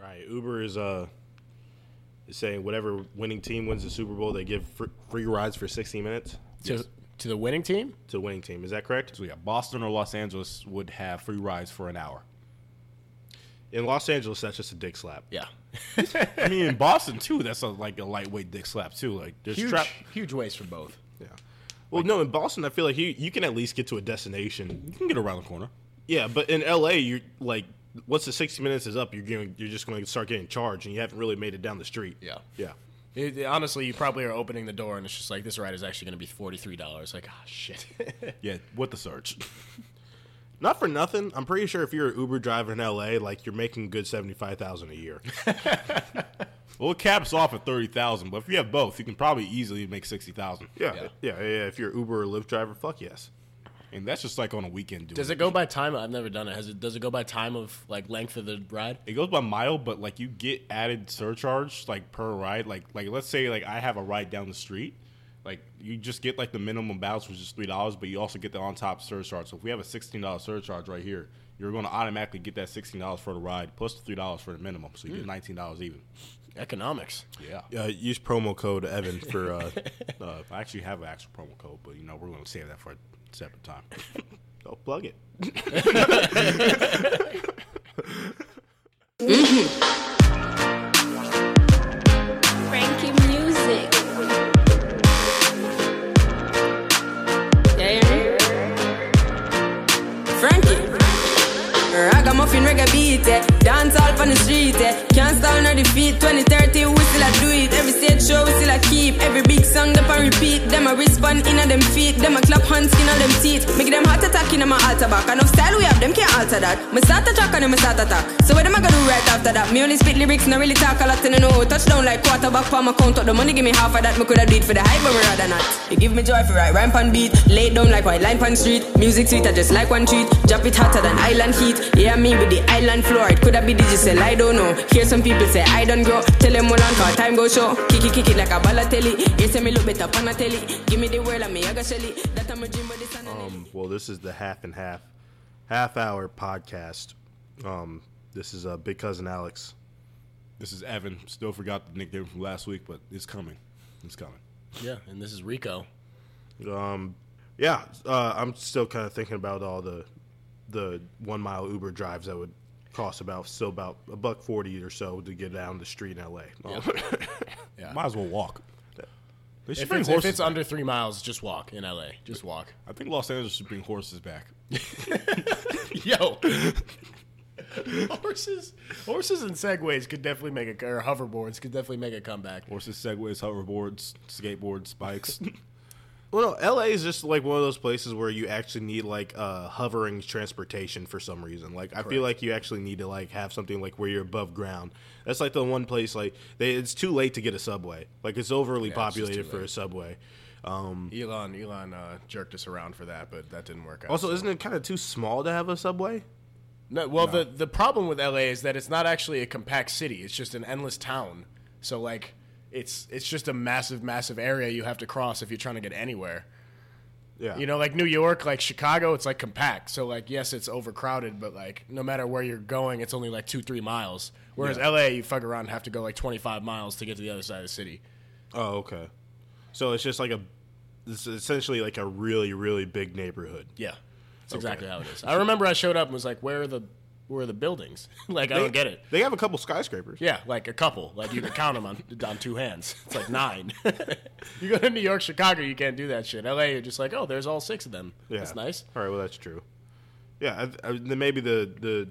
right, Uber is uh is saying whatever winning team wins the Super Bowl, they give fr- free rides for 16 minutes To, to the winning team? to the winning team. Is that correct? So yeah, Boston or Los Angeles would have free rides for an hour. In Los Angeles, that's just a dick slap. Yeah. I mean, in Boston too. That's a, like a lightweight dick slap too. Like there's Huge, trap. huge waste for both. Yeah. Well, no, in Boston, I feel like you you can at least get to a destination. You can get around the corner. Yeah, but in LA, you're like, once the 60 minutes is up, you're going you're just going to start getting charged, and you haven't really made it down the street. Yeah. Yeah. It- it- honestly, you probably are opening the door and it's just like, this ride is actually going to be $43. Like, ah, shit. Yeah, with the search. Not for nothing. I'm pretty sure if you're an Uber driver in LA, like you're making a good seventy five thousand a year. Well, it caps off at thirty thousand, but if you have both, you can probably easily make sixty thousand. Yeah. Yeah. yeah, yeah, yeah. If you're an Uber or Lyft driver, fuck yes. and that's just like on a weekend. Doing does it go by time? I've never done it. Has it. Does it go by time of, like, length of the ride? It goes by mile, but like you get added surcharge like per ride. Like like let's say like I have a ride down the street, like you just get like the minimum balance which is three dollars, but you also get the on top surcharge. So if we have a sixteen dollar surcharge right here, you're going to automatically get that sixteen dollars for the ride plus the three dollars for the minimum, so you Hmm. get nineteen dollars even. Economics. Yeah, Uh, use promo code Evan for uh, uh, I actually have an actual promo code, but you know we're going to save that for a separate time. I'll plug it. Frankie Music. Damn. Frankie. Ragamuffin reggae beat, eh. dance all on the street. Eh. Can't stall nor defeat. 2030, we still a do it. Every stage show, we still a keep. Every big song, them on repeat. Them a respond in them feet. Them a clap hands in them teeth. Make them heart attack in my altar back. Enough style we have, them can't alter that. Me start attack and them me start attack. So what am I gonna do right after that? Me only spit lyrics, not really talk a lot in the know. Touchdown like quarterback, palm my count up the money, give me half of that. Me coulda do it for the hype, but me rather not. You give me joy for right rhyme pan beat. Lay it down like white line pan street. Music sweet, I just like one treat. Drop it hotter than island heat. Yeah, me with the island floor. It coulda be digital, I don't know. Hear some people say I don't grow. Tell them hold on, cause time go show. Kick it, kick it like a balotelli. You say me look better pan a telly. Give me the world and me I got shelly. That I'm a dream, but this and Um, well, this is the half and half, half hour podcast. Um, this is uh, Big Cousin Alex. this is Evan. Still forgot the nickname from last week, but it's coming. It's coming. Yeah. And this is Rico. Um, yeah, uh, I'm still kind of thinking about all the the one mile Uber drives that would cost about still about a buck forty or so to get down the street in LA. Yeah. Might as well walk. They should If bring it's, if horses. it's under three miles, just walk in LA. Just walk. I think Los Angeles should bring horses back. Yo. horses, horses, and segways could definitely make a or hoverboards could definitely make a comeback. Horses, segways, hoverboards, skateboards, bikes. Well, no, LA is just like one of those places where you actually need like uh, hovering transportation for some reason. Like, I feel like you actually need to like have something like where you're above ground. That's like the one place like they, it's too late to get a subway. Like, it's overly just populated too for late. a subway. Um, Elon, Elon uh, jerked us around for that, but that didn't work out. also, isn't it kind of too small to have a subway? No, well, the the problem with LA is that it's not actually a compact city. It's just an endless town. So like, it's it's just a massive, massive area you have to cross if you're trying to get anywhere. Yeah, You know, like New York, like Chicago, it's like compact. So like, yes, it's overcrowded, but like, no matter where you're going, it's only like two, three miles. Whereas LA, you fuck around and have to go like 25 miles to get to the other side of the city. Oh, okay. So it's just like a, it's essentially like a really really big neighborhood. Yeah, that's exactly how it is. I remember I showed up and was like, where are the where are the buildings? like, I don't get it. They have a couple skyscrapers. Yeah, like a couple. Like you can count them on, on two hands. It's like nine. you go to New York, Chicago, you can't do that shit. LA, you're just like, oh, there's all six of them. Yeah. That's nice. All right, well that's true. Yeah, I, I, then maybe the the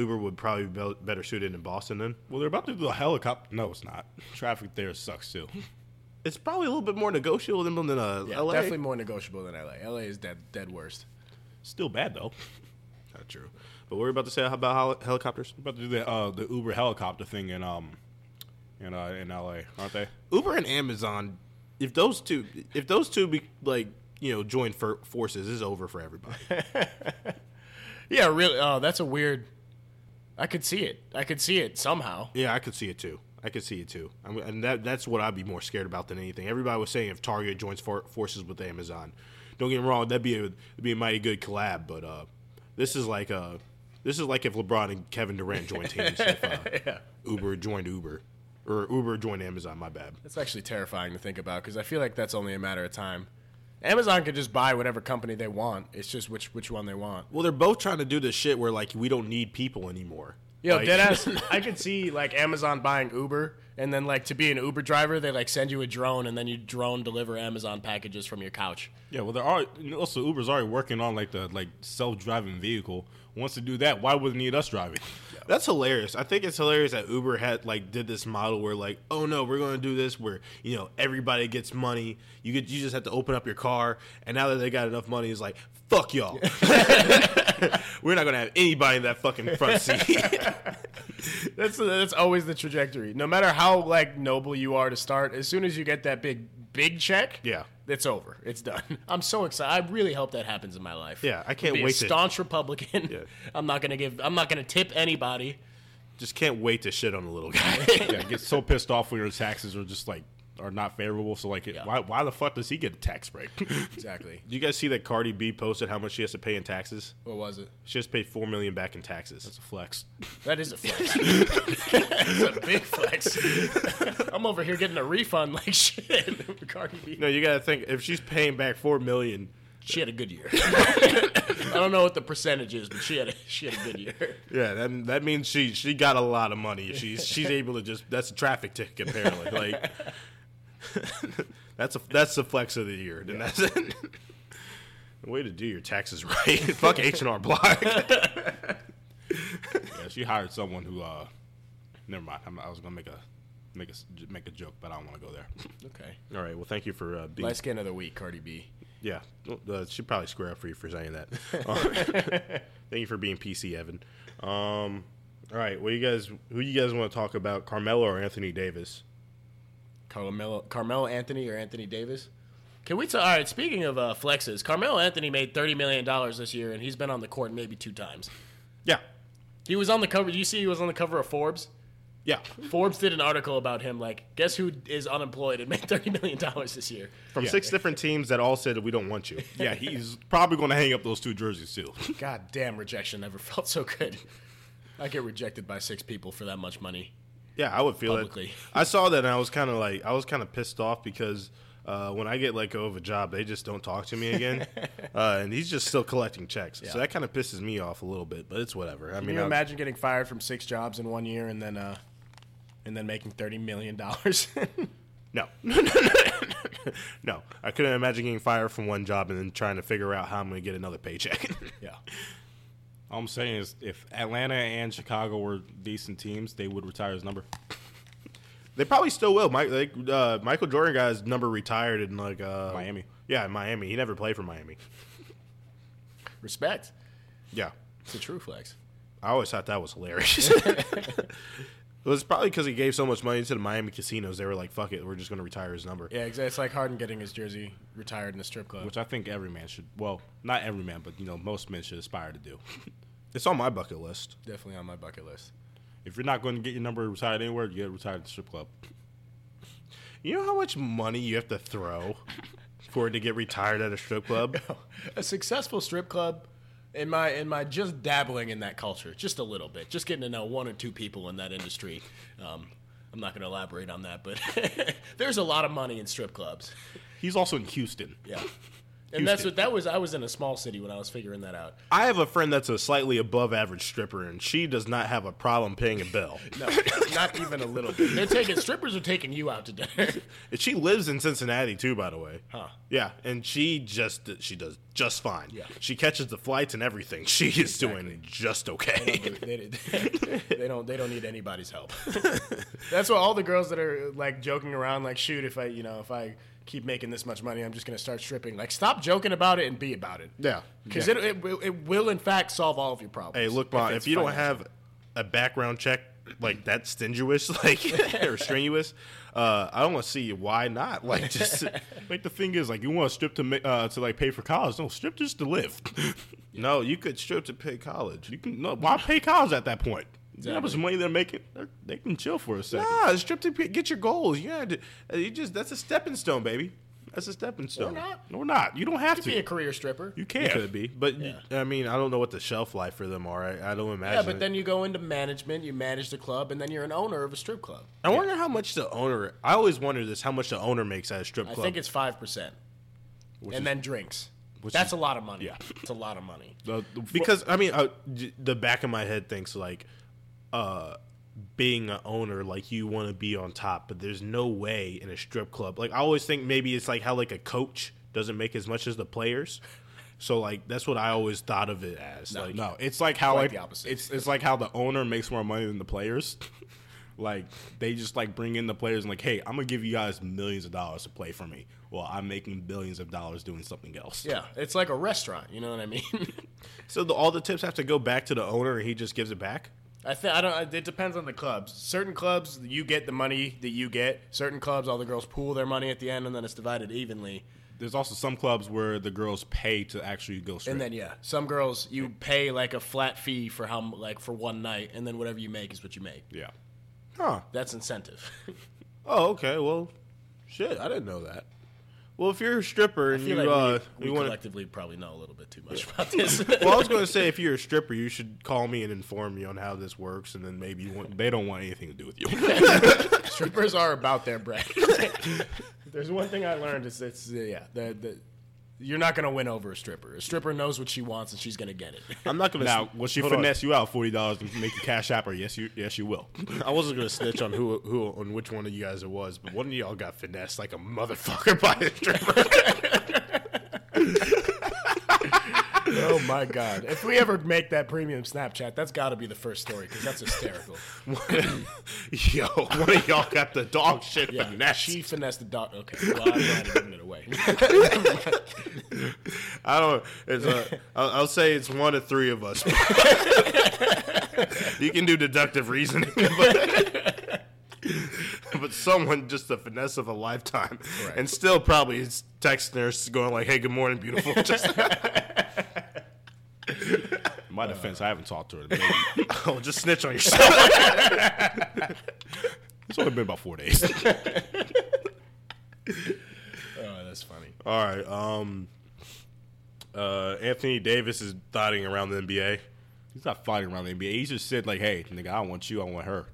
Uber would probably be better suited in Boston. Then well, they're about to do a helicopter. No, it's not. Traffic there sucks too. it's probably a little bit more negotiable than than uh, Yeah, LA. definitely more negotiable than LA. LA is dead dead worst. Still bad though. Not true. But what we're you about to say about hel- helicopters. About to do the uh, the Uber helicopter thing in um in uh, in LA, aren't they? Uber and Amazon, if those two if those two be like you know join for forces, is over for everybody. Yeah, really. Oh, that's a weird. I could see it. I could see it somehow. Yeah, I could see it too. I could see it too. I mean, and that that's what I'd be more scared about than anything. Everybody was saying if Target joins for, forces with Amazon, don't get me wrong, that'd be a that'd be a mighty good collab. But uh, this is like uh this is like if LeBron and Kevin Durant join teams. if, uh, Uber joined Uber, or Uber joined Amazon. My bad. That's actually terrifying to think about because I feel like that's only a matter of time. Amazon could just buy whatever company they want. It's just which which one they want. Well, they're both trying to do this shit where like we don't need people anymore. Yo, Like- dead ass. I could see like Amazon buying Uber, and then like to be an Uber driver, they like send you a drone, and then you drone deliver Amazon packages from your couch. Yeah, well, there are and also Uber's already working on like the like self-driving vehicle. Wants to do that? Why would it need us driving? That's hilarious. I think it's hilarious that Uber had like did this model where like, oh no, we're going to do this where you know everybody gets money. You could you just have to open up your car, and now that they got enough money, it's like fuck y'all. we're not going to have anybody in that fucking front seat. That's that's always the trajectory. No matter how like noble you are to start, as soon as you get that big big check, Yeah. it's over. It's done. I'm so excited. I really hope that happens in my life. Yeah, I can't Be a wait to- staunch Republican. Yeah. I'm not gonna give. I'm not gonna tip anybody. just can't wait to shit on the little guy. yeah, get so pissed off when your taxes are just like are not favorable. So like, it- why why the fuck does he get a tax break? Exactly. Do you guys see that Cardi B posted how much she has to pay in taxes? What was it? She has to pay four million back in taxes. That's a flex. That is a flex. That's a big flex. I'm over here getting a refund like shit. Cardi B. No, you got to think if she's paying back four million. She had a good year. I don't know what the percentage is, but she had a, she had a good year. Yeah, that that means she she got a lot of money. She's she's able to just that's a traffic ticket apparently. Like that's a that's the flex of the year. And that's it. Way to do your taxes right. Fuck H and R Block. yeah, she hired someone who. uh Never mind. I'm, I was gonna make a make a s- j- make a joke, but I don't want to go there. Okay. All right. Well, thank you for uh, being. Light skin of the week, Cardi B. Yeah, Well, uh, she'd probably square up for you for saying that. Uh, thank you for being PC, Evan. Um, all right. Well, you guys, who you guys want to talk about, Carmelo or Anthony Davis? Carmelo, Carmelo Anthony or Anthony Davis? Can we talk? All right, speaking of uh, flexes, Carmelo Anthony made $30 million this year, and he's been on the court maybe two times. Yeah. He was on the cover. Did you see he was on the cover of Forbes? Yeah. Forbes did an article about him, like, guess who is unemployed and made $30 million this year? From six different teams that all said we don't want you. Yeah, he's probably gonna hang up those two jerseys too. God damn, rejection never felt so good. I get rejected by six people for that much money. Yeah, I would feel it. Publicly. I saw that and I was kind of like, I was kind of pissed off because uh, when I get let go of a job, they just don't talk to me again. uh, and he's just still collecting checks. So that kind of pisses me off a little bit, but it's whatever. I Can mean, you I'm- imagine getting fired from six jobs in one year and then, uh, and then making $30 million? no. no. I couldn't imagine getting fired from one job and then trying to figure out how I'm going to get another paycheck. yeah. All I'm saying is, if Atlanta and Chicago were decent teams, they would retire his number. they probably still will. Mike, like, uh, Michael Jordan got his number retired in like uh, Miami. Yeah, in Miami. He never played for Miami. Respect. Yeah. It's a true flex. I always thought that was hilarious. It was probably because he gave so much money to the Miami casinos. They were like, "Fuck it, we're just going to retire his number." Yeah, exactly. It's like Harden getting his jersey retired in a strip club. which I think every man should. Well, not every man, but you know, most men should aspire to do. It's on my bucket list. Definitely on my bucket list. If you're not going to get your number retired anywhere, you get retired at the strip club. You know how much money you have to throw for it to get retired at a strip club? Oh, A successful strip club, in my in my just dabbling in that culture, just a little bit, just getting to know one or two people in that industry. Um, I'm not going to elaborate on that, but there's a lot of money in strip clubs. He's also in Houston. Yeah. And that's what that was. I was in a small city when I was figuring that out. I have a friend that's a slightly above average stripper, and she does not have a problem paying a bill. No, not even a little bit. They're taking strippers are taking you out to dinner. And she lives in Cincinnati too, by the way. Huh. Yeah, and she just she does just fine. Yeah. She catches the flights and everything. She is doing just okay. they, they don't they don't need anybody's help. That's what all the girls that are like joking around like shoot if I you know if I keep making this much money I'm just gonna start stripping like stop joking about it and be about it. Yeah. because it, it will- it will in fact solve all of your problems. Hey, look, Ma, if, it's you don't financial. have a background check like that strenuous, like or strenuous, uh, I don't want to see why not. Like, just Like the thing is, like you want to strip to ma- uh, to like pay for college? No, strip just to live. no, you could strip to pay college. you can no, why pay college at that point? That much money they're making, they're, they can chill for a second. Nah, strip to pay, get your goals. Yeah, d- uh, you just that's a stepping stone, baby. That's a stepping stone. not. No, we're not. You don't have Be a to. career stripper. You It can't. could be, but you- I mean, I don't know what the shelf life for them are. I, I don't imagine. Yeah, but it. then you go into management, you manage the club, and then you're an owner of a strip club. I wonder how much the owner. I always wonder this: how much the owner makes at a strip I club. think it's five percent, and is- then drinks. which That's is- a lot of money. yeah. it's a lot of money. The- the- because I mean, uh, j- the back of my head thinks like, uh, being an owner, like you want to be on top, but there's no way in a strip club. Like I always think maybe it's like how like a coach doesn't make as much as the players. So like that's what I always thought of it as. like no, it's like how Quite like the opposite. it's it's like how the owner makes more money than the players. like they just like bring in the players and like, hey, I'm gonna give you guys millions of dollars to play for me. Well, I'm making billions of dollars doing something else. Yeah, it's like a restaurant. You know what I mean? so the, all the tips have to go back to the owner, and he just gives it back. I think I don't. It depends on the clubs. Certain clubs, you get the money that you get. Certain clubs, all the girls pool their money at the end, and then it's divided evenly. There's also some clubs where the girls pay to actually go strip. And then yeah, some girls you pay like a flat fee for how m- like for one night, and then whatever you make is what you make. yeah. Huh. That's incentive. Oh, okay. Well, shit, I didn't know that. Well, if you're a stripper and I feel you like uh, we, you we want to collectively probably know a little bit too much about this. well, I was going to say if you're a stripper, you should call me and inform me on how this works, and then maybe you want. They don't want anything to do with you. Strippers are about their bread. There's one thing I learned is it's uh, yeah the, the you're not gonna win over a stripper. A stripper knows what she wants and she's gonna get it. I'm not going to. now, will she Hold on. finesse you out forty dollars and make you cash app her? Yes, you yes you will. I wasn't going to snitch on who who on which one of you guys it was, but one of y'all got finessed like a motherfucker by a stripper. oh my god! If we ever make that premium Snapchat, that's got to be the first story because that's hysterical. Yo, one of y'all got the dog shit Yeah, finessed. she finessed the dog. Okay, well, I'm glad I giving it away. I don't. It's a. I'll, I'll say it's one of three of us. you can do deductive reasoning, but, but someone just the finesse of a lifetime, Right. and still probably is texting her, going like, "Hey, good morning, beautiful." Just, In my defense, I haven't talked to her. in a minute. oh, just snitch on yourself. It's only been about four days. Oh, that's funny. All right. Um. Uh, Anthony Davis is dotting around the NBA. He's not fighting around the NBA. He just said like, "Hey, nigga, I don't want you. I want her."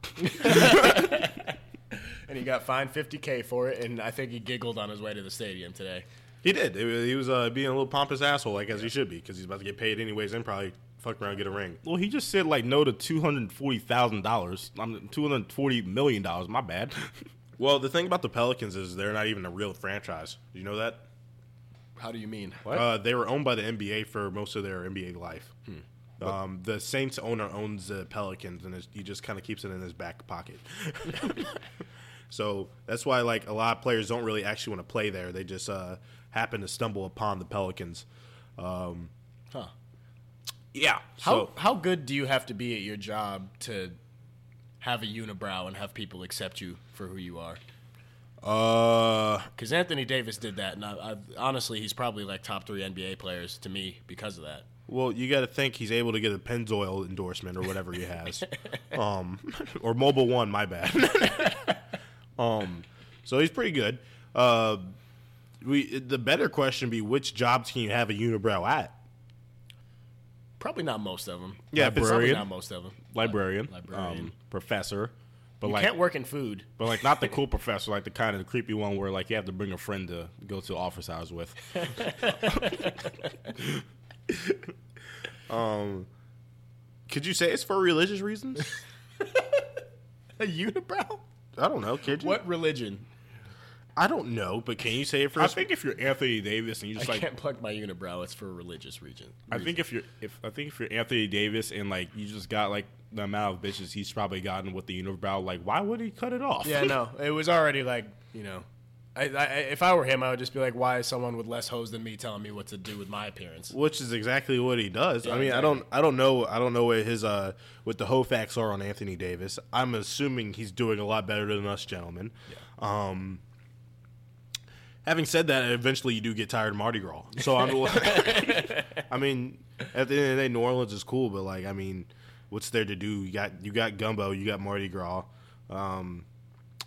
And he got fined 50k for it, and I think he giggled on his way to the stadium today. He did. He was uh, being a little pompous asshole, like as he should be, because he's about to get paid anyways, and probably fuck around and get a ring. Well, he just said like no to two hundred forty thousand dollars. I'm two hundred forty million dollars. My bad. Well, the thing about the Pelicans is they're not even a real franchise. Did you know that? How do you mean? Uh, they were owned by the NBA for most of their NBA life. Um, the Saints owner owns the Pelicans, and it's- he just kind of keeps it in his back pocket. so that's why, like, a lot of players don't really actually want to play there. They just uh, happen to stumble upon the Pelicans. Huh? Yeah. How So how good do you have to be at your job to have a unibrow and have people accept you for who you are? uh, Because Anthony Davis did that, and I, I, honestly, he's probably like top three NBA players to me because of that. well, you got to think he's able to get a Pennzoil endorsement or whatever he has, um, or Mobile One. My bad. um, so he's pretty good. Uh, we the better question be which jobs can you have a unibrow at? Probably not most of them. Yeah, probably librarian, not most of them. librarian, Librarian. Um, professor, but You like, can't work in food. but like not the cool professor, like the kind of the creepy one where like you have to bring a friend to go to office hours with. Um, Could you say it's for religious reasons? A unibrow? I don't know. Could you? What religion? I don't know, but can you say it for? I think if you're Anthony Davis and you just I like, can't plug my unibrow. It's for a religious region. I think if you're if I think if you're Anthony Davis and like you just got like the amount of bitches he's probably gotten with the unibrow, like why would he cut it off? Yeah, no, it was already like you know, I, I, if I were him, I would just be like, why is someone with less hose than me telling me what to do with my appearance? which is exactly what he does. I mean, I don't, I don't know, I don't know what his, uh, what the whole facts are on Anthony Davis. I'm assuming he's doing a lot better than us, gentlemen. Um, having said that, eventually you do get tired of Mardi Gras. So I'm, I mean, at the end of the day, New Orleans is cool, but like, I mean, what's there to do? You got, you got gumbo, you got Mardi Gras. Um,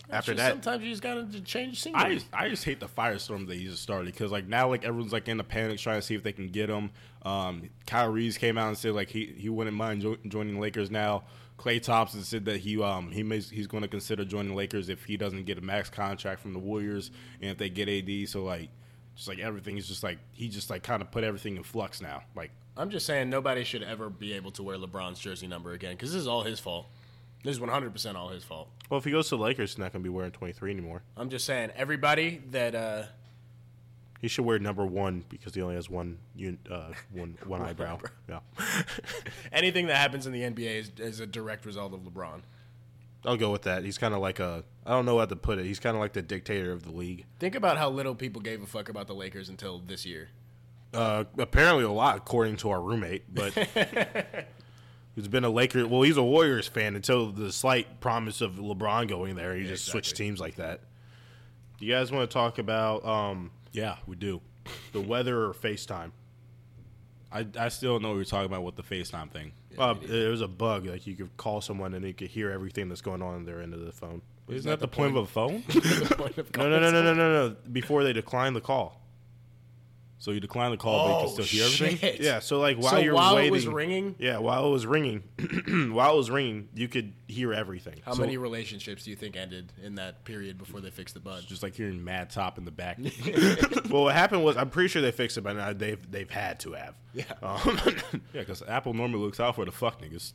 after Just that, sometimes you just gotta j- change scenery. I just, I just hate the firestorm that he just started because like now like everyone's like in a panic trying to see if they can get him. Um, Kyle Reeves came out and said like he, he wouldn't mind jo- joining the Lakers now. Clay Thompson said that he um he may, he's going to consider joining the Lakers if he doesn't get a max contract from the Warriors and if they get AD. So like just like everything is just like he just like kind of put everything in flux now. Like I'm just saying nobody should ever be able to wear LeBron's jersey number again because this is all his fault. This is 100% all his fault. well, if he goes to the Lakers, he's not going to be wearing 23 anymore. I'm just saying everybody that uh, He should wear number one because he only has one un- uh, one one eyebrow. Yeah. anything that happens in the NBA is, is a direct result of LeBron. I'll go with that. He's kind of like a I don't know how to put it. He's kind of like the dictator of the league. Think about how little people gave a fuck about the Lakers until this year. Uh, apparently a lot according to our roommate, but he's been a Lakers. Well, he's a Warriors fan until the slight promise of LeBron going there. He just switched teams like that. Do you guys want to talk about? Um, yeah, we do. the weather or FaceTime. I I still know what you're talking about with the FaceTime thing. Uh, it was a bug. Like you could call someone and you could hear everything that's going on on their end of the phone. Isn't that the point of a phone? No, no, no, no, no, no, no. Before they decline the call. so you decline the call, but you can still hear everything. Oh, shit. Yeah. So like while So you're while waiting, it was ringing, yeah, while it was ringing, while it was ringing, you could hear everything. how many relationships do you think ended in that period before they fixed the bud? Just like hearing Mad Top in the back. well, what happened was I'm pretty sure they fixed it by now. They've they've had to have. Yeah. Um, Yeah, because Apple normally looks out for the fuck niggas.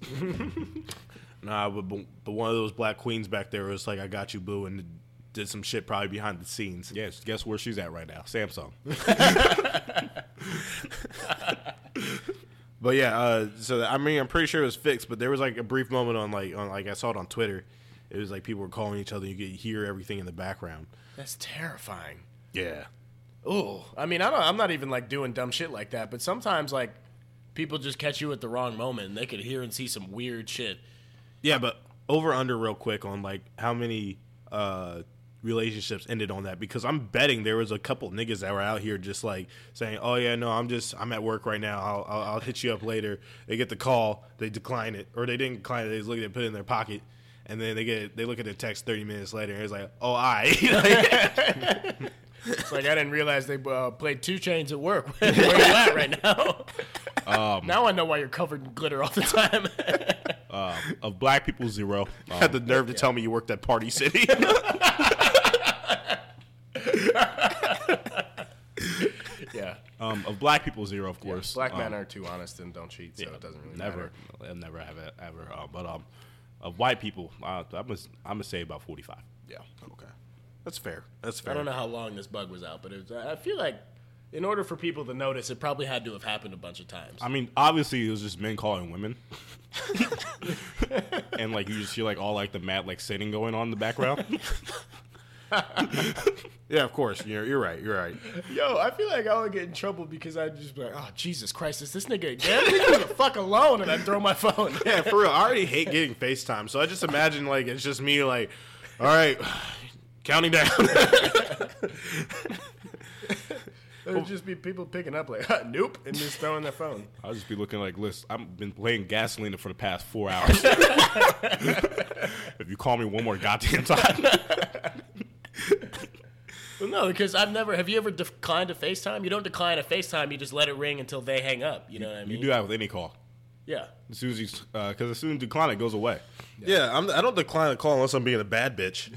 Nah, but, but but one of those black queens back there was like, "I got you, boo," and did some shit probably behind the scenes. Yeah, just guess where she's at right now? Samsung. But yeah, uh, so I mean, I'm pretty sure it was fixed, but there was like a brief moment on like on like I saw it on Twitter. It was like people were calling each other. You could hear everything in the background. That's terrifying. Yeah, Ooh, I mean, I don't, I'm not even like doing dumb shit like that, but sometimes like people just catch you at the wrong moment and they could hear and see some weird shit. yeah. But over under real quick on like how many uh, relationships ended on that because I'm betting there was a couple niggas that were out here just like saying, "Oh yeah, no, I'm just I'm at work right now. I'll I'll, I'll hit you up later." They get the call, they decline it, or they didn't decline it. They just look at it, put it in their pocket. And then they get they look at the text thirty minutes later and it's like, oh, I It's like I didn't realize they uh, played Two Chains at work. Where you at right now? Um. now I know why you're covered in glitter all the time. Of black people, zero. Um, had the nerve to tell me you worked at Party City. yeah, um, of black people, zero, of course. black men Um, are too honest and don't cheat, so it doesn't really never, matter. I'll never have it ever. Um, but um, of white people, uh, I'm gonna I'm gonna say about 45. Yeah, Okay. That's fair. That's fair. I don't know how long this bug was out, but it was, I feel like in order for people to notice, it probably had to have happened a bunch of times. I mean, obviously, it was just men calling women, and like you just hear like all like the mad like sitting going on in the background. Yeah, of course. You're, you're right. You're right. Yo, I feel like I would get in trouble because I'd just be like, oh, Jesus Christ, is this nigga again? Leave me the fuck alone. And I'd throw my phone. Yeah, for real. I already hate getting FaceTime, so I just imagine like it's just me like, all right, counting down. There'd just be people picking up like, "Huh, nope, and just throwing their phone. I'll just be looking like, listen, I've been playing Gasolina for the past four hours. if you call me one more goddamn time, Well, no, because I've never, have you ever declined a FaceTime? You don't decline a FaceTime, you just let it ring until they hang up. You know what I mean? you do that with any call. Yeah. As soon as you, because as soon as you decline, it goes away. yeah, I'm, I don't decline a call unless I'm being a bad bitch.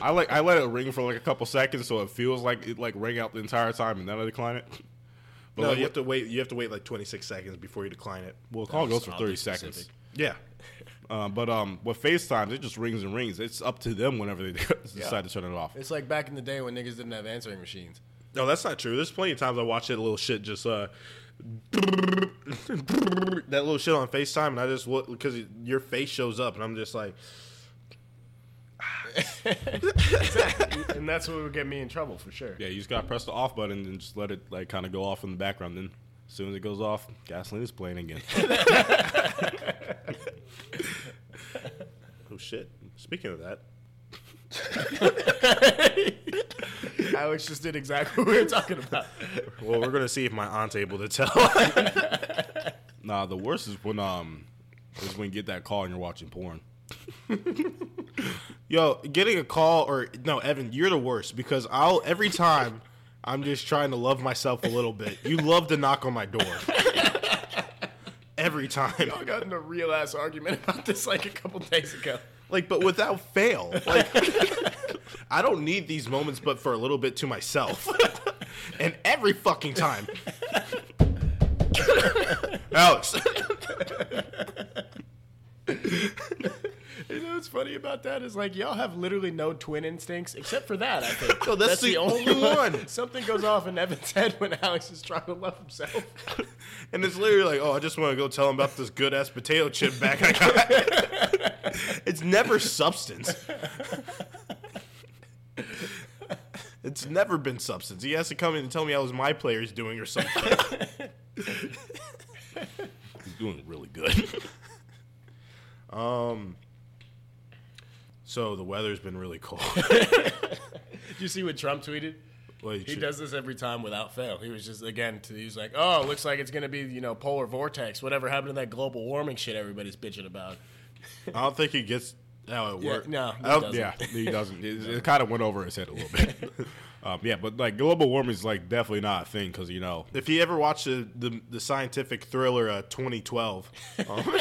I like I let it ring for like a couple seconds, so it feels like it like rang out the entire time, and then I decline it. But no, like, you have to wait. You have to wait like 26 seconds before you decline it. well, call goes for I'll thirty be specific. seconds. Yeah. Uh, but um, with FaceTime, it just rings and rings. It's up to them whenever they decide to turn it off. It's like back in the day when niggas didn't have answering machines. No, that's not true. There's plenty of times I watch that little shit just uh. that little shit on FaceTime, and I just look because your face shows up, and I'm just like, and that's what would get me in trouble for sure. Yeah, you just gotta press the off button and just let it like kind of go off in the background. Then as soon as it goes off, gasolina's playing again. oh shit. Speaking of that, Alex just did exactly what we were talking about. well, we're gonna see if my aunt's able to tell. Nah, the worst is when um is when you get that call and you're watching porn. Yo, getting a call or no, Evan, you're the worst because I'll every time I'm just trying to love myself a little bit. You love to knock on my door. Every time. I got in a real ass argument about this like a couple days ago. Like, but without fail. Like I don't need these moments but for a little bit to myself. and every fucking time. Alex. You know what's funny about that is like y'all have literally no twin instincts except for that. I think No, that's the only one. Something goes off in Evan's head when Alex is trying to love himself. And it's literally like, oh, I just want to go tell him about this good ass potato chip back I got. it's never substance. it's never been substance. He has to come in and tell me how his my player's doing or something. He's doing really good. Um, so the weather's been really cold. Did you see what Trump tweeted? Like, He does this every time without fail. He was just again, to, he was like, "Oh, looks like it's gonna be you know polar vortex. Whatever happened to that global warming shit everybody's bitching about?" I don't think he gets how it works. no, he I don't- doesn't. yeah. yeah, he doesn't. It, it kind of went over his head a little bit. um, yeah, but like global warming is like definitely not a thing because you know If he ever watched the, the, the scientific thriller uh, 2012, um,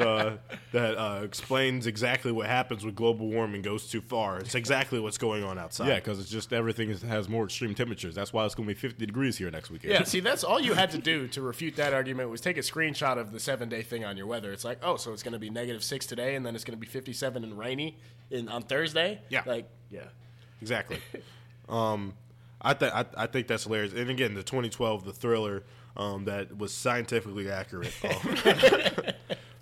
uh, that uh, explains exactly what happens when global warming goes too far. It's exactly what's going on outside. Yeah, because it's just everything is, has more extreme temperatures. That's why it's going to be 50 degrees here next weekend. Yeah, see, that's all you had to do to refute that argument was take a screenshot of the seven day thing on your weather. It's like, oh, so it's going to be negative six today, and then it's going to be 57 and rainy in, on Thursday? Yeah. Like, yeah. exactly. um, I think I I think that's hilarious. And again, the 2012, the thriller um, that was scientifically accurate. um,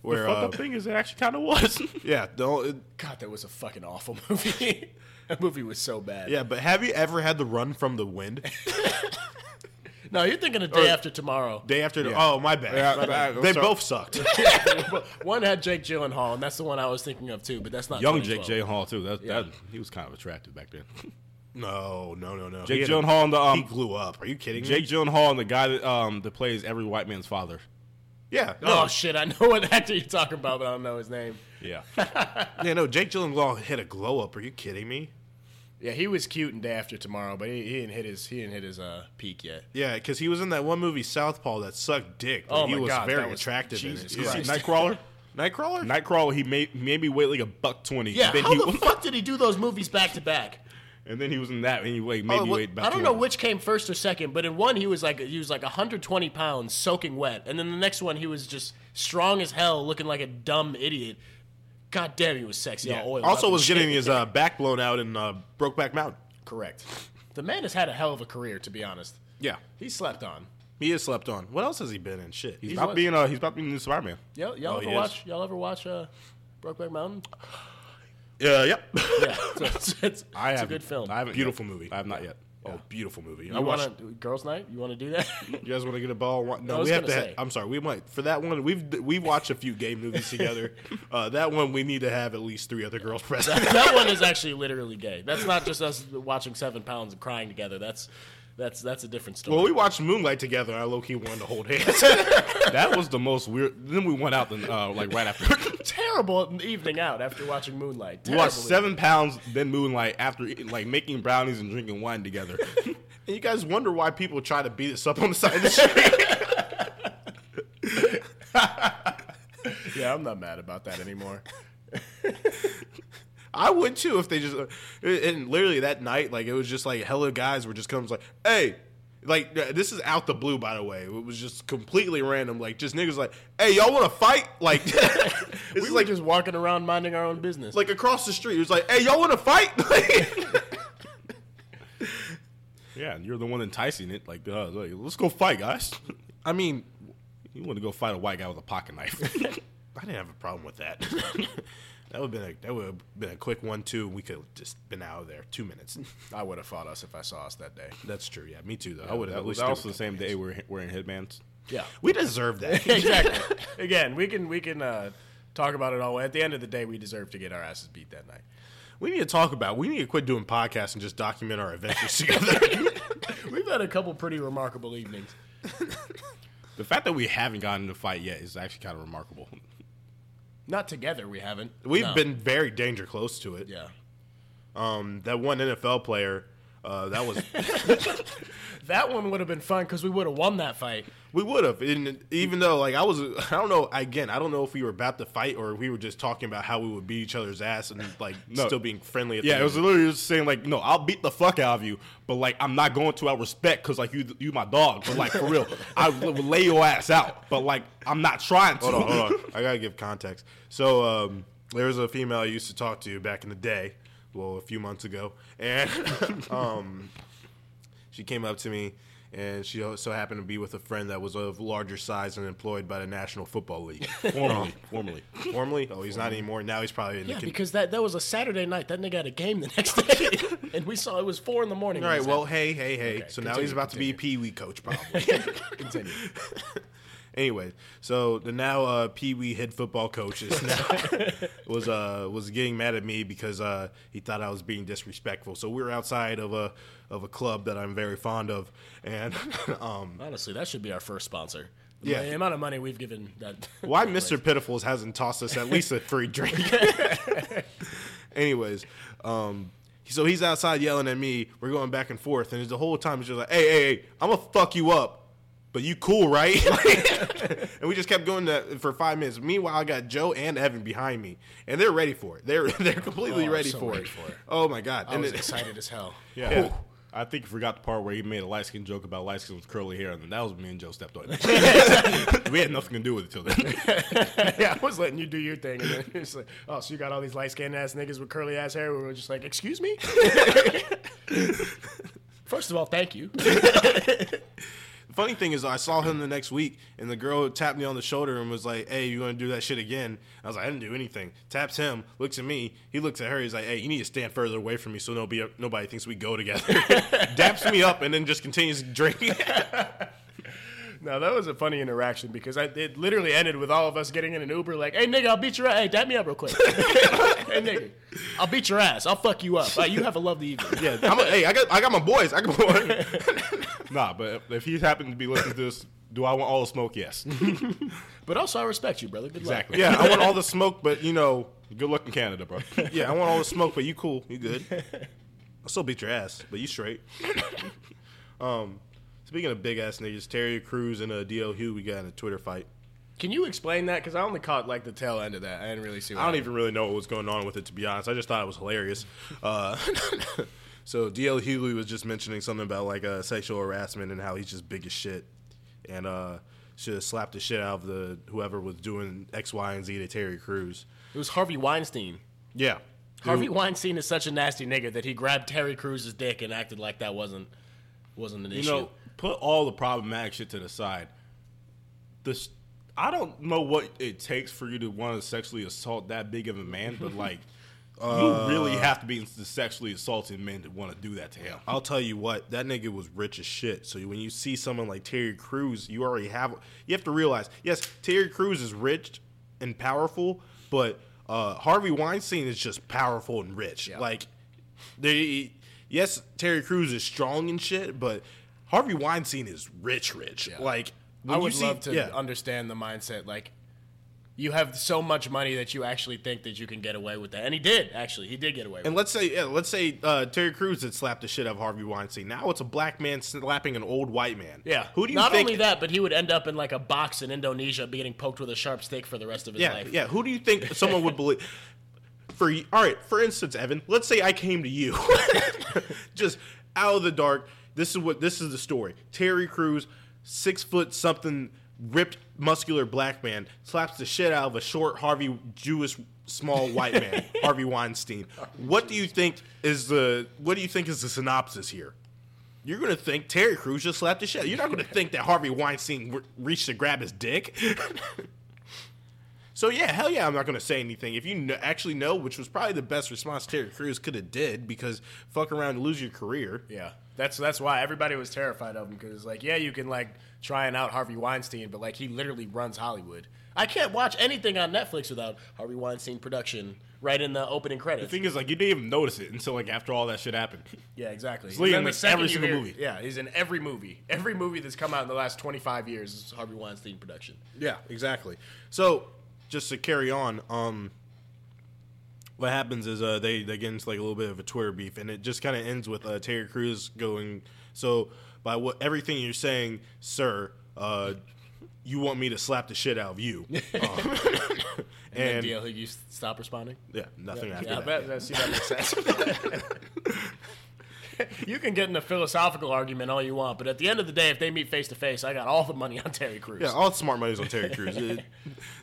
Where Fucked uh, up thing is it actually kind of was. yeah, don't God, that was a fucking awful movie. that movie was so bad. yeah. But have you ever had the run from the wind? No, you're thinking a day Or- after tomorrow. Day after Yeah. oh my bad, Yeah, My bad. I'm they sorry. both sucked. one had Jake Gyllenhaal, and that's the one I was thinking of too, but that's not Young Jake 2012. J. Hall, too. That, Yeah. that, he was kind of attractive back then. No, no, no, no. Jake He had a- Gyllenhaal and the um, he blew up. Are you kidding me? Jake Gyllenhaal and the guy that um that plays every white man's father. Yeah. Oh No, shit! I know what actor you're talking about, but I don't know his name. Yeah, yeah, no. Jake Gyllenhaal hit a glow up. Are you kidding me? Yeah, he was cute in Day After Tomorrow, but he, he didn't hit his he didn't hit his uh, peak yet. Yeah, because he was in that one movie Southpaw that sucked dick. But Oh he my was God, very that was- attractive Jesus in it. Yeah. Christ. Nightcrawler. Nightcrawler? Nightcrawler. He made made me weigh like a buck twenty. Yeah, and then how he, the fuck did he do those movies back to back? And then he was in that, and he like, made Oh, me what- weigh about. I don't know 200. which came first or second, but in one he was like he was like 120 pounds, soaking wet, and then the next one he was just strong as hell, looking like a dumb idiot. God damn, he was sexy. Yeah. All oiled Also up was and getting shit. his uh, back blown out in uh, Brokeback Mountain. correct. The man has had a hell of a career, to be honest. Yeah. He slept on. He is slept on. What else has he been in? Shit. He's He's- about what- being uh, he's about being the new Spider-Man. Y'all, y'all Oh, ever he is. watch? Y'all ever watch uh, Brokeback Mountain? Yeah, yep. Yeah, so it's, it's, I it's a haven't- good film. I haven't. Beautiful yet. movie. I have not yet. Oh, beautiful movie. I you watched. want to girls' night? You want to do that? You guys want to get a ball? Wa- I No, was we have to. gonna ha- say. I'm sorry. We might for that one. We've we've watched a few gay movies together. uh, that one we need to have at least three other girls present. that one is actually literally gay. That's not just us watching Seven Pounds and crying together. That's that's that's a different story. Well, we watched Moonlight together. and I low key wanted to hold hands. that was the most weird. Then we went out the, uh, like right after. terrible evening out after watching Moonlight. we Terrible watched seven pounds, then moonlight after eating, like making brownies and drinking wine together. and you guys wonder why people try to beat us up on the side of the street. evening. Yeah, I'm not mad about that anymore. I would too if they just. uh, And literally that night, like it was just like hella guys were just comes like, hey. Like uh, this is out the blue, by the way. It was just completely random. Like just niggas like, hey, y'all want to fight? Like this we is were like just walking around minding our own business. like across the street. It was like, hey, y'all want to fight? Like, yeah, and you're the one enticing it. Like, uh, like, let's go fight, guys. I mean, You want to go fight a white guy with a pocket knife? I didn't have a problem with that. that would have been a, that would have been a quick one too. We could have just been out of there two minutes. I would have fought us if I saw us that day. That's true. Yeah, me too. Though I I would would. have That at was least. also the same day we were he- wearing headbands. Yeah, We deserve that. exactly. Again, we can we can uh, talk about it all. At the end of the day, we deserve to get our asses beat that night. we need to talk about. We need to quit doing podcasts and just document our adventures together. We've had a couple pretty remarkable evenings. The fact that we haven't gotten in a fight yet is actually kind of remarkable. Not together, we haven't. We've No. been very danger close to it. Yeah. Um, that one NFL player, uh, that was That one would have been fun because we would have won that fight. we would have. And even though like I was, I don't know. Again, I don't know if we were about to fight or if we were just talking about how we would beat each other's ass and like No. still being friendly. At the Yeah, it end. was literally just saying like, no, I'll beat the fuck out of you, but like I'm not going to out of respect because like you you my dog, but like for real, I will lay your ass out, but like I'm not trying to. hold on, hold on. I gotta give context. So um, there was a female I used to talk to back in the day, well, a few months ago, and um, she came up to me, and she so happened to be with a friend that was of larger size and employed by the National Football League. Formally, formally. Formerly, oh, he's not anymore. Now he's probably in Yeah, the. con- because that, that was a Saturday night. That nigga had a game the next day. and we saw it was four in the morning. all right, This well, hey, hey, hey. so now continue, he's about to be a Pee Wee coach, probably. continue. anyway, so the now uh, Pee Wee head football coach is now was uh was getting mad at me because uh he thought I was being disrespectful. So we were outside of a of a club that I'm very fond of, and um Honestly, that should be our first sponsor. The Yeah. yeah. amount of money we've given that. why Mr. Pitifuls hasn't tossed us at least a free drink. Anyways, um. So he's outside yelling at me. We're going back and forth, and the whole time it's just like, "Hey, hey, hey, I'm gonna fuck you up, but you cool, right?" And we just kept going to, for five minutes. Meanwhile, I got Joe and Evan behind me, and they're ready for it. They're they're completely Oh, I'm ready, so for, ready it. for it. Oh my god! I and was it- excited as hell. Yeah. Yeah. I think you forgot the part where he made a light skin joke about light skin with curly hair, and that was me and Joe stepped on it. we had nothing to do with it till then. yeah, I was letting you do your thing, and then it's like, oh, so you got all these light skinned ass niggas with curly ass hair. We were just like, excuse me. First of all, thank you. the funny thing is, I saw him the next week, and the girl tapped me on the shoulder and was like, "Hey, you gonna do that shit again?" I was like, "I didn't do anything." Taps him, looks at me. He looks at her. He's like, "Hey, you need to stand further away from me so nobody nobody thinks we go together." Daps me up and then just continues drinking. No, that was a funny interaction because I, it literally ended with all of us getting in an Uber, like, "Hey nigga, I'll beat your ass. Hey, dap me up real quick. hey nigga, I'll beat your ass. I'll fuck you up. Uh, you have a lovely evening." yeah, I'm a, hey, I got I got my boys. I got. nah, but if, if he happened to be listening to this, do I want all the smoke? Yes, But also, I respect you, brother. Good exactly. yeah, I want all the smoke, but you know, Good luck in Canada, bro. Yeah, I want all the smoke, but you cool. You good. I'll still beat your ass, but you straight. um, speaking of big ass niggas, Terry Crews and uh, DL Hugh, we got in a Twitter fight. luck. Can you explain that? Because I only caught like the tail end of that. I didn't really see. What I don't happened. even really know what was going on with it, to be honest. I just thought it was hilarious. Uh, so DL Hughley was just mentioning something about like uh, sexual harassment and how he's just big as shit, and uh, should have slapped the shit out of the whoever was doing X, Y, and Z to Terry Crews. It was Harvey Weinstein. Yeah, Harvey Weinstein is such a nasty nigga that he grabbed Terry Crews' dick and acted like that wasn't wasn't an You issue. know, put all the problematic shit to the side. This, I don't know what it takes for you to want to sexually assault that big of a man, but like, Uh, you really have to be into sexually assaulting men to want to do that to him. I'll tell you what, that nigga was rich as shit. So when you see someone like Terry Crews, you already have. You have to realize, yes, Terry Crews is rich and powerful, but uh, Harvey Weinstein is just powerful and rich. Like, they, yes, Terry Crews is strong and shit, but Harvey Weinstein is rich, rich. Like, when I you would see- love to yeah. understand the mindset. Like, you have so much money that you actually think that you can get away with that, and he did actually. He did get away. And with let's say, yeah, let's say uh, Terry Crews had slapped the shit out of Harvey Weinstein. Now it's a black man slapping an old white man. it. Yeah. Who do you Not think? only that, but he would end up in like a box in Indonesia, getting poked with a sharp stick for the rest of his Yeah, life. yeah. Who do you think someone would believe? For y- all right, for instance, Evan, let's say I came to you, just out of the dark. This is what this is the story. Terry Crews, six foot something, ripped, muscular black man slaps the shit out of a short Harvey Jewish small white man, Harvey Weinstein. What do you think is the what do you think is the synopsis here? You're gonna think Terry Crews just slapped the shit. You're not gonna think that Harvey Weinstein re- reached to grab his dick. So yeah, hell yeah, I'm not gonna say anything. If you kn- actually know, which was probably the best response Terry Crews could have did, because fuck around and lose your career. Yeah, that's that's why everybody was terrified of him because like, yeah, you can like try and out Harvey Weinstein, but like he literally runs Hollywood. I can't watch anything on Netflix without Harvey Weinstein production right in the opening credits. The thing is, like, you didn't even notice it until like after all that shit happened. yeah, exactly. He's literally in, the like, second every you single hear- movie. Yeah, he's in every movie. Every movie that's come out in the last twenty five years is Harvey Weinstein production. Yeah, exactly. So just to carry on, um, what happens is uh, they they get into like a little bit of a Twitter beef, and it just kind of ends with uh, Terry Crews going, "So by what everything you're saying, sir, uh, you want me to slap the shit out of you?" Um, And and DL, you s- stop responding. yeah, nothing after Yeah, I that. bet that, see, that makes sense. you can get in a philosophical argument all you want, but at the end of the day, if they meet face to face, I got all the money on Terry Crews. Yeah, all the smart money's on Terry Crews. It-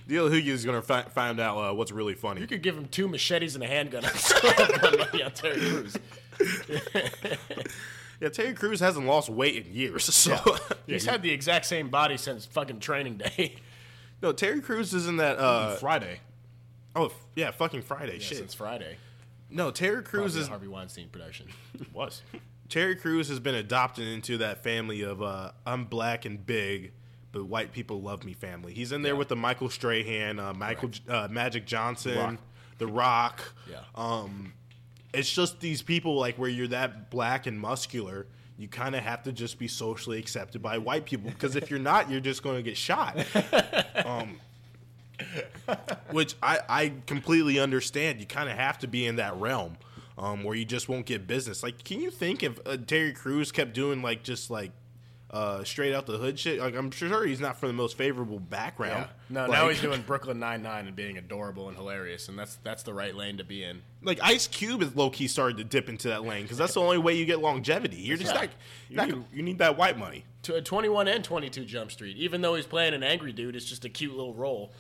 Deal who is gonna fi- find out uh, what's really funny. You could give him two machetes and a handgun. I still have my money on Terry Crews. Yeah, Terry Crews hasn't lost weight in years. So He's had the exact same body since fucking training day. no, Terry Crews is in that. Uh, Friday. oh f- yeah, fucking Friday shit. since Friday. no, Terry Probably Crews a is Harvey Weinstein production. Was. Terry Crews has been adopted into that family of uh, I'm black and big, but white people love me family. He's in there with the Michael Strahan, uh, Michael J- uh, Magic Johnson, Rock. The Rock. Yeah. Um, it's just these people like where you're that black and muscular. You kind of have to just be socially accepted by white people because if you're not, you're just going to get shot. Um, which I, I completely understand. You kind of have to be in that realm um, where you just won't get business. Like, can you think if uh, Terry Crews kept doing like just like uh, straight out the hood shit? Like, I'm sure he's not from the most favorable background. No, like, now he's doing Brooklyn Nine Nine and being adorable and hilarious, and that's that's the right lane to be in. like Ice Cube is low key started to dip into that lane because that's the only way you get longevity. You're just right. like, You need, you need that white money. To 21 uh, and 22 Jump Street, even though he's playing an angry dude, it's just a cute little role.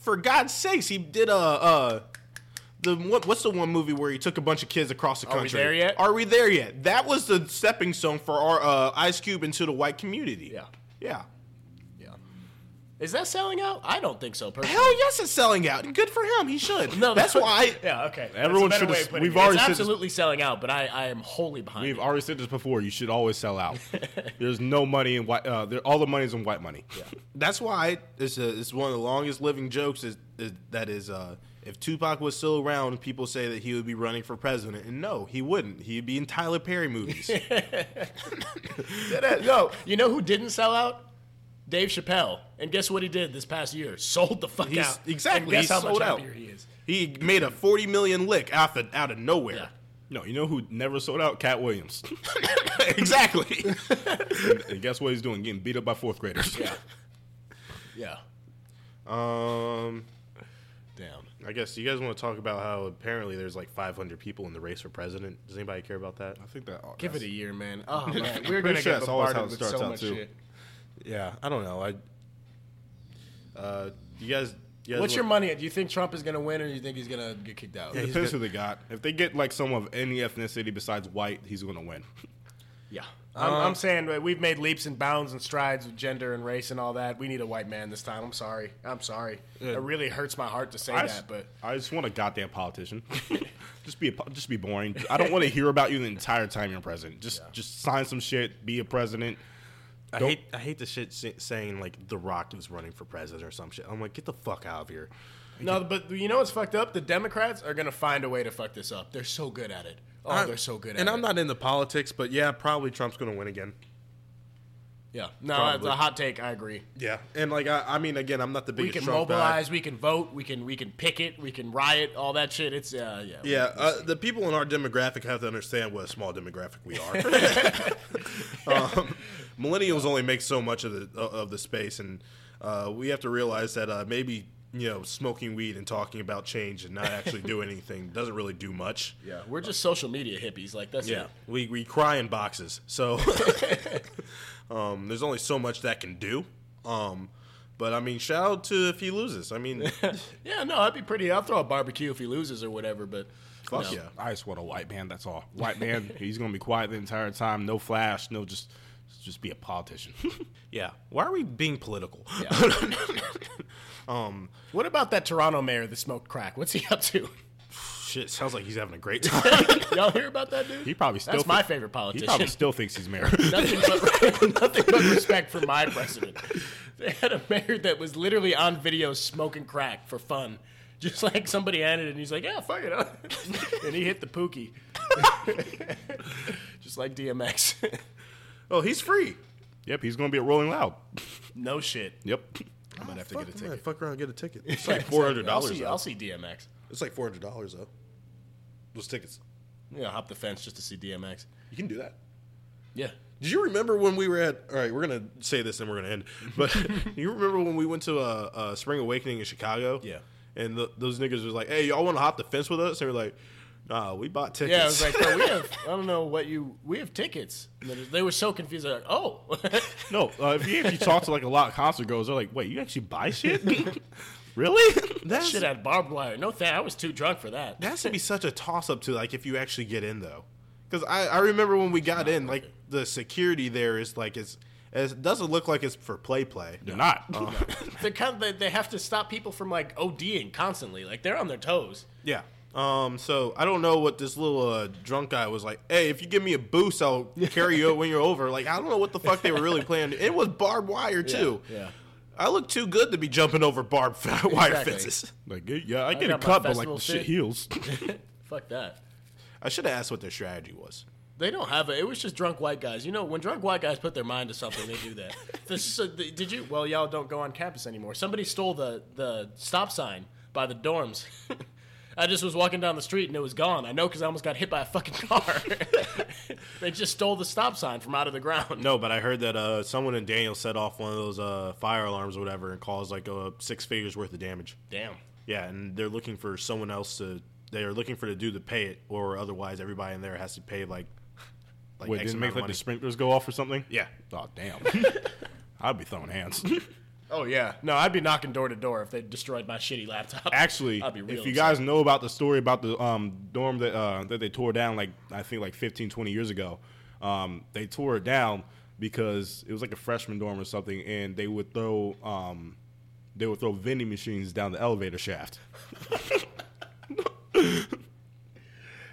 for God's sakes, he did a. Uh, the, what, what's the one movie where he took a bunch of kids across the we country? there yet? Are we there yet? That was the stepping stone for our uh, Ice Cube into the white community. Yeah. yeah. Yeah. Is that selling out? I don't think so, personally. Hell yes, it's selling out. Good for him. He should. No, that's why. Yeah, okay. That's a Everyone better should way have- of putting we've it. already It's said this- absolutely selling out, but I, I am wholly behind. We've it. already said this before. You should always sell out. There's no money in white. Uh, there, all the money is in white money. That's why it's a, it's one of the longest living jokes. Is, is that is uh, if Tupac was still around, people say that he would be running for president, and no, he wouldn't. He'd be in Tyler Perry movies. no, you know who didn't sell out? Dave Chappelle. And guess what he did this past year? Sold the fuck He's- out. exactly, And guess he how sold much out. happier he is. he made a forty million lick out of out of nowhere. Yeah. No, you know who never sold out? Cat Williams. exactly. and guess what he's doing? Getting beat up by fourth graders. Yeah. Yeah. Um, Damn. I guess you guys want to talk about how apparently there's like 500 people in the race for president. Does anybody care about that? I think that. Give it a year, man. Oh man, Pretty sure we're gonna get that's always bombarded how it with starts so out, much too. shit. Yeah, I don't know. I, uh, you guys, you What's guys want- your money? at? Do you think Trump is gonna win, or do you think he's gonna get kicked out? It depends who they got. If they get like someone of any ethnicity besides white, he's going to win. Yeah. I'm, Um, I'm saying that we've made leaps and bounds and strides with gender and race and all that. We need a white man this time. I'm sorry. I'm sorry. It really hurts my heart to say I just, that, but I just want a goddamn politician. just be a, po- just be boring. I don't want to hear about you the entire time you're president. Just just sign some shit. Be a president. I hate, I hate the shit sa- saying like The Rock is running for president or some shit. I'm like, get the fuck out of here. No, but you know what's fucked up? The Democrats are gonna find a way to fuck this up. They're so good at it. Oh, I'm- they're so good at And I'm it. not into politics, but yeah, probably Trump's gonna win again. Yeah. No, Probably. it's a hot take. I agree. Yeah, and like I, I mean, again, I'm not the We biggest can Trump guy. mobilize. We can vote. We can we can picket. We can riot. All that shit. It's uh, yeah. Yeah, uh, the people in our demographic have to understand what a small demographic we are. um, millennials only make so much of the uh, of the space, and uh, we have to realize that uh, maybe you know smoking weed and talking about change and not actually doing anything doesn't really do much. Yeah. We're just social media hippies. Like that's Yeah, it. we we cry in boxes, so um, there's only so much that can do. Um, but I mean, shout out to if he loses. I mean, Yeah. No, I'd be pretty. I'll throw a barbecue if he loses or whatever. But fuck no. yeah. I just want a white man. That's all. White man. he's going to be quiet the entire time. No flash. No just just be a politician. Yeah. Why are we being political? um, What about that Toronto mayor that smoked crack? What's he up to? shit, sounds like he's having a great time. Y'all hear about that dude? He probably still That's my thi- favorite He politician. probably still thinks he's mayor. nothing but nothing but respect for my president. They had a mayor that was literally on video smoking crack for fun. Just like somebody handed it, and he's like, "Yeah, fuck it," and he hit the pookie, just like DMX. oh, he's free. yep, he's going to be a Rolling Loud. no shit. Yep. I might have to fuck, get a I'm gonna ticket. fuck around and get a ticket. It's Yeah, like exactly. four hundred I'll dollars. see- I'll see DMX. It's like four hundred dollars though. Those tickets. Yeah, hop the fence just to see DMX. You can do that. Yeah. Did you remember when we were at? All right, we're gonna say this and we're gonna end. But you remember when we went to uh, uh, Spring Awakening in Chicago? Yeah. And th those niggas was like, "Hey, y'all want to hop the fence with us?" And we're like, "Nah, we bought tickets." Yeah, I was like, bro, we have, I don't know what you, we have tickets. And they- They were so confused. They're like, oh. No, uh, if you actually talk to like a lot of concert goers, they're like, "Wait, you actually buy shit? really? That's- Shit had barbed wire. No, thank. I was too drunk for that. That has to be such a toss up to like if you actually get in though, because I, I remember when we got in, like the security there is like it's it doesn't look like it's for play play. They're not. Uh, They're kind of, they, they have to stop people from like ODing constantly. Like they're on their toes. Yeah. Um. So I don't know what this little uh, drunk guy was like. Hey, if you give me a boost, I'll carry you when you're over. Like I don't know what the fuck they were really planning. It was barbed wire too. yeah. I look too good to be jumping over barbed wire Exactly. fences. like, yeah, I get got it my cut, but like festival the shit shit. heals. Fuck that. I should have asked what their strategy was. They don't have it. It was just drunk white guys. You know, when drunk white guys put their mind to something, they do that. This is a- did you? Well, y'all don't go on campus anymore. Somebody stole the, the stop sign by the dorms. I just was walking down the street and it was gone. I know because I almost got hit by a fucking car. they just stole the stop sign from out of the ground. No, but I heard that uh, someone in Daniel set off one of those uh, fire alarms or whatever and caused like uh, six figures worth of damage. Damn. Yeah, and they're looking for someone else to. They are looking for the dude to pay it, or otherwise everybody in there has to pay like. like Wait, X didn't amount make of like money. the sprinklers go off or something? Yeah. Oh damn. I'd be throwing hands. Oh yeah. No, I'd be knocking door to door if they destroyed my shitty laptop. Actually, I'd be real if you upset. guys know about the story about the um, dorm that uh, that they tore down, like I think like 15, 20 years ago, um, they tore it down because it was like a freshman dorm or something, and they would throw um, they would throw vending machines down the elevator shaft.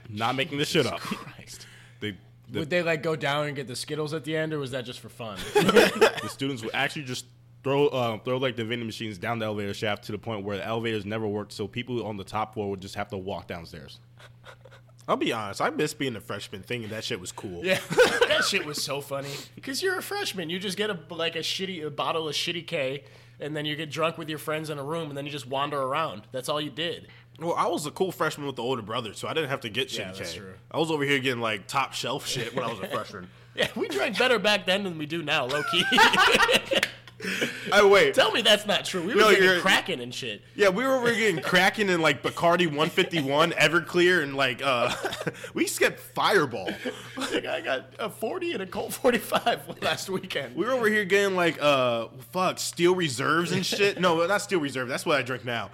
Not making this shit up. Christ. They, the, Would they like go down and get the Skittles at the end, or was that just for fun? the students would actually just throw uh, throw like the vending machines down the elevator shaft to the point where the elevators never worked, so people on the top floor would just have to walk downstairs. I'll be honest, I miss being a freshman, thinking that shit was cool. Yeah, that shit was so funny. Cause you're a freshman, you just get a like a shitty a bottle of shitty K, and then you get drunk with your friends in a room, and then you just wander around. That's all you did. Well, I was a cool freshman with the older brother, so I didn't have to get shit. Yeah, that's K. true. I was over here getting like top shelf shit when I was a freshman. Yeah, we drank better back then than we do now, low key. I wait. Tell me that's not true. We were No, drinking you're- Kraken and shit. Yeah, we were over here getting cracking in like Bacardi 151, Everclear, and like uh, we skipped Fireball. Like I got a forty and a cold forty-five last weekend. We were over here getting like uh fuck steel reserves and shit. No, not steel reserve. That's what I drink now.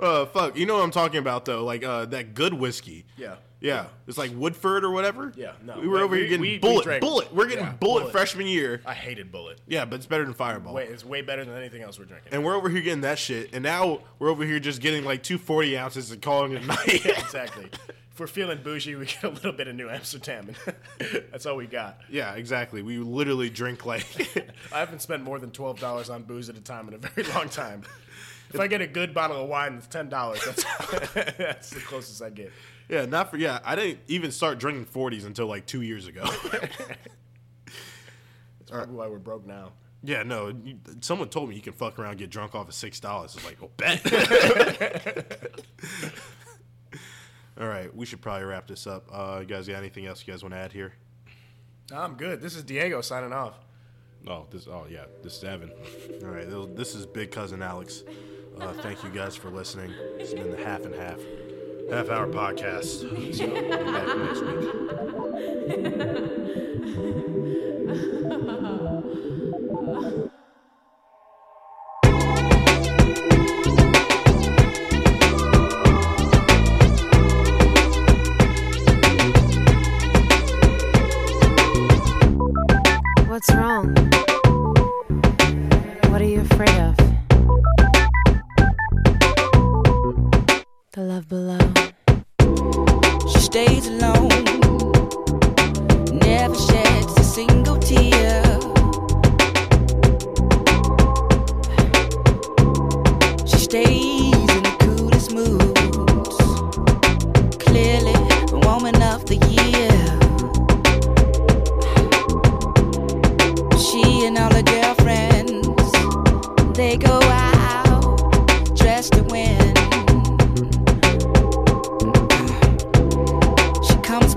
uh fuck, you know what I'm talking about though, like uh that good whiskey. Yeah. Yeah, it's like Woodford or whatever. Yeah, no, we were like, over we- here getting we- we bullet, drank- bullet. We're getting yeah, bullet, Bullet. freshman year. I hated Bullet. Yeah, but it's better than Fireball. Wait, it's way better than anything else we're drinking. And we're over here getting that shit, and now we're over here just getting like two forty ounces and calling it a night. yeah, exactly. If we're feeling bougie, we get a little bit of New Amsterdam, and that's all we got. yeah, exactly. We literally drink like I haven't spent more than twelve dollars on booze at a time in a very long time. If I get a good bottle of wine, it's ten dollars. That's, that's the closest I get. Yeah, not for yeah. I didn't even start drinking forties until like two years ago. That's probably why we're broke now. yeah, no. you- Someone told me you can fuck around, and get drunk off of six dollars. It's like, oh, bet. All right, we should probably wrap this up. Uh, you guys got anything else you guys want to add here? I'm good. This is Diego signing off. Oh, this. Oh, yeah, this is Evan. All right, th- this is Big Cousin Alex. Uh, thank you guys for listening. It's been the half and half, half hour podcast. So, we'll be back next week. What's wrong? What are you afraid of? The love below. She stays alone, never sheds a single tear. She stays in the coolest moods. Clearly, a woman of the year. She and all her girlfriends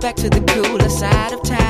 back to the cooler side of town.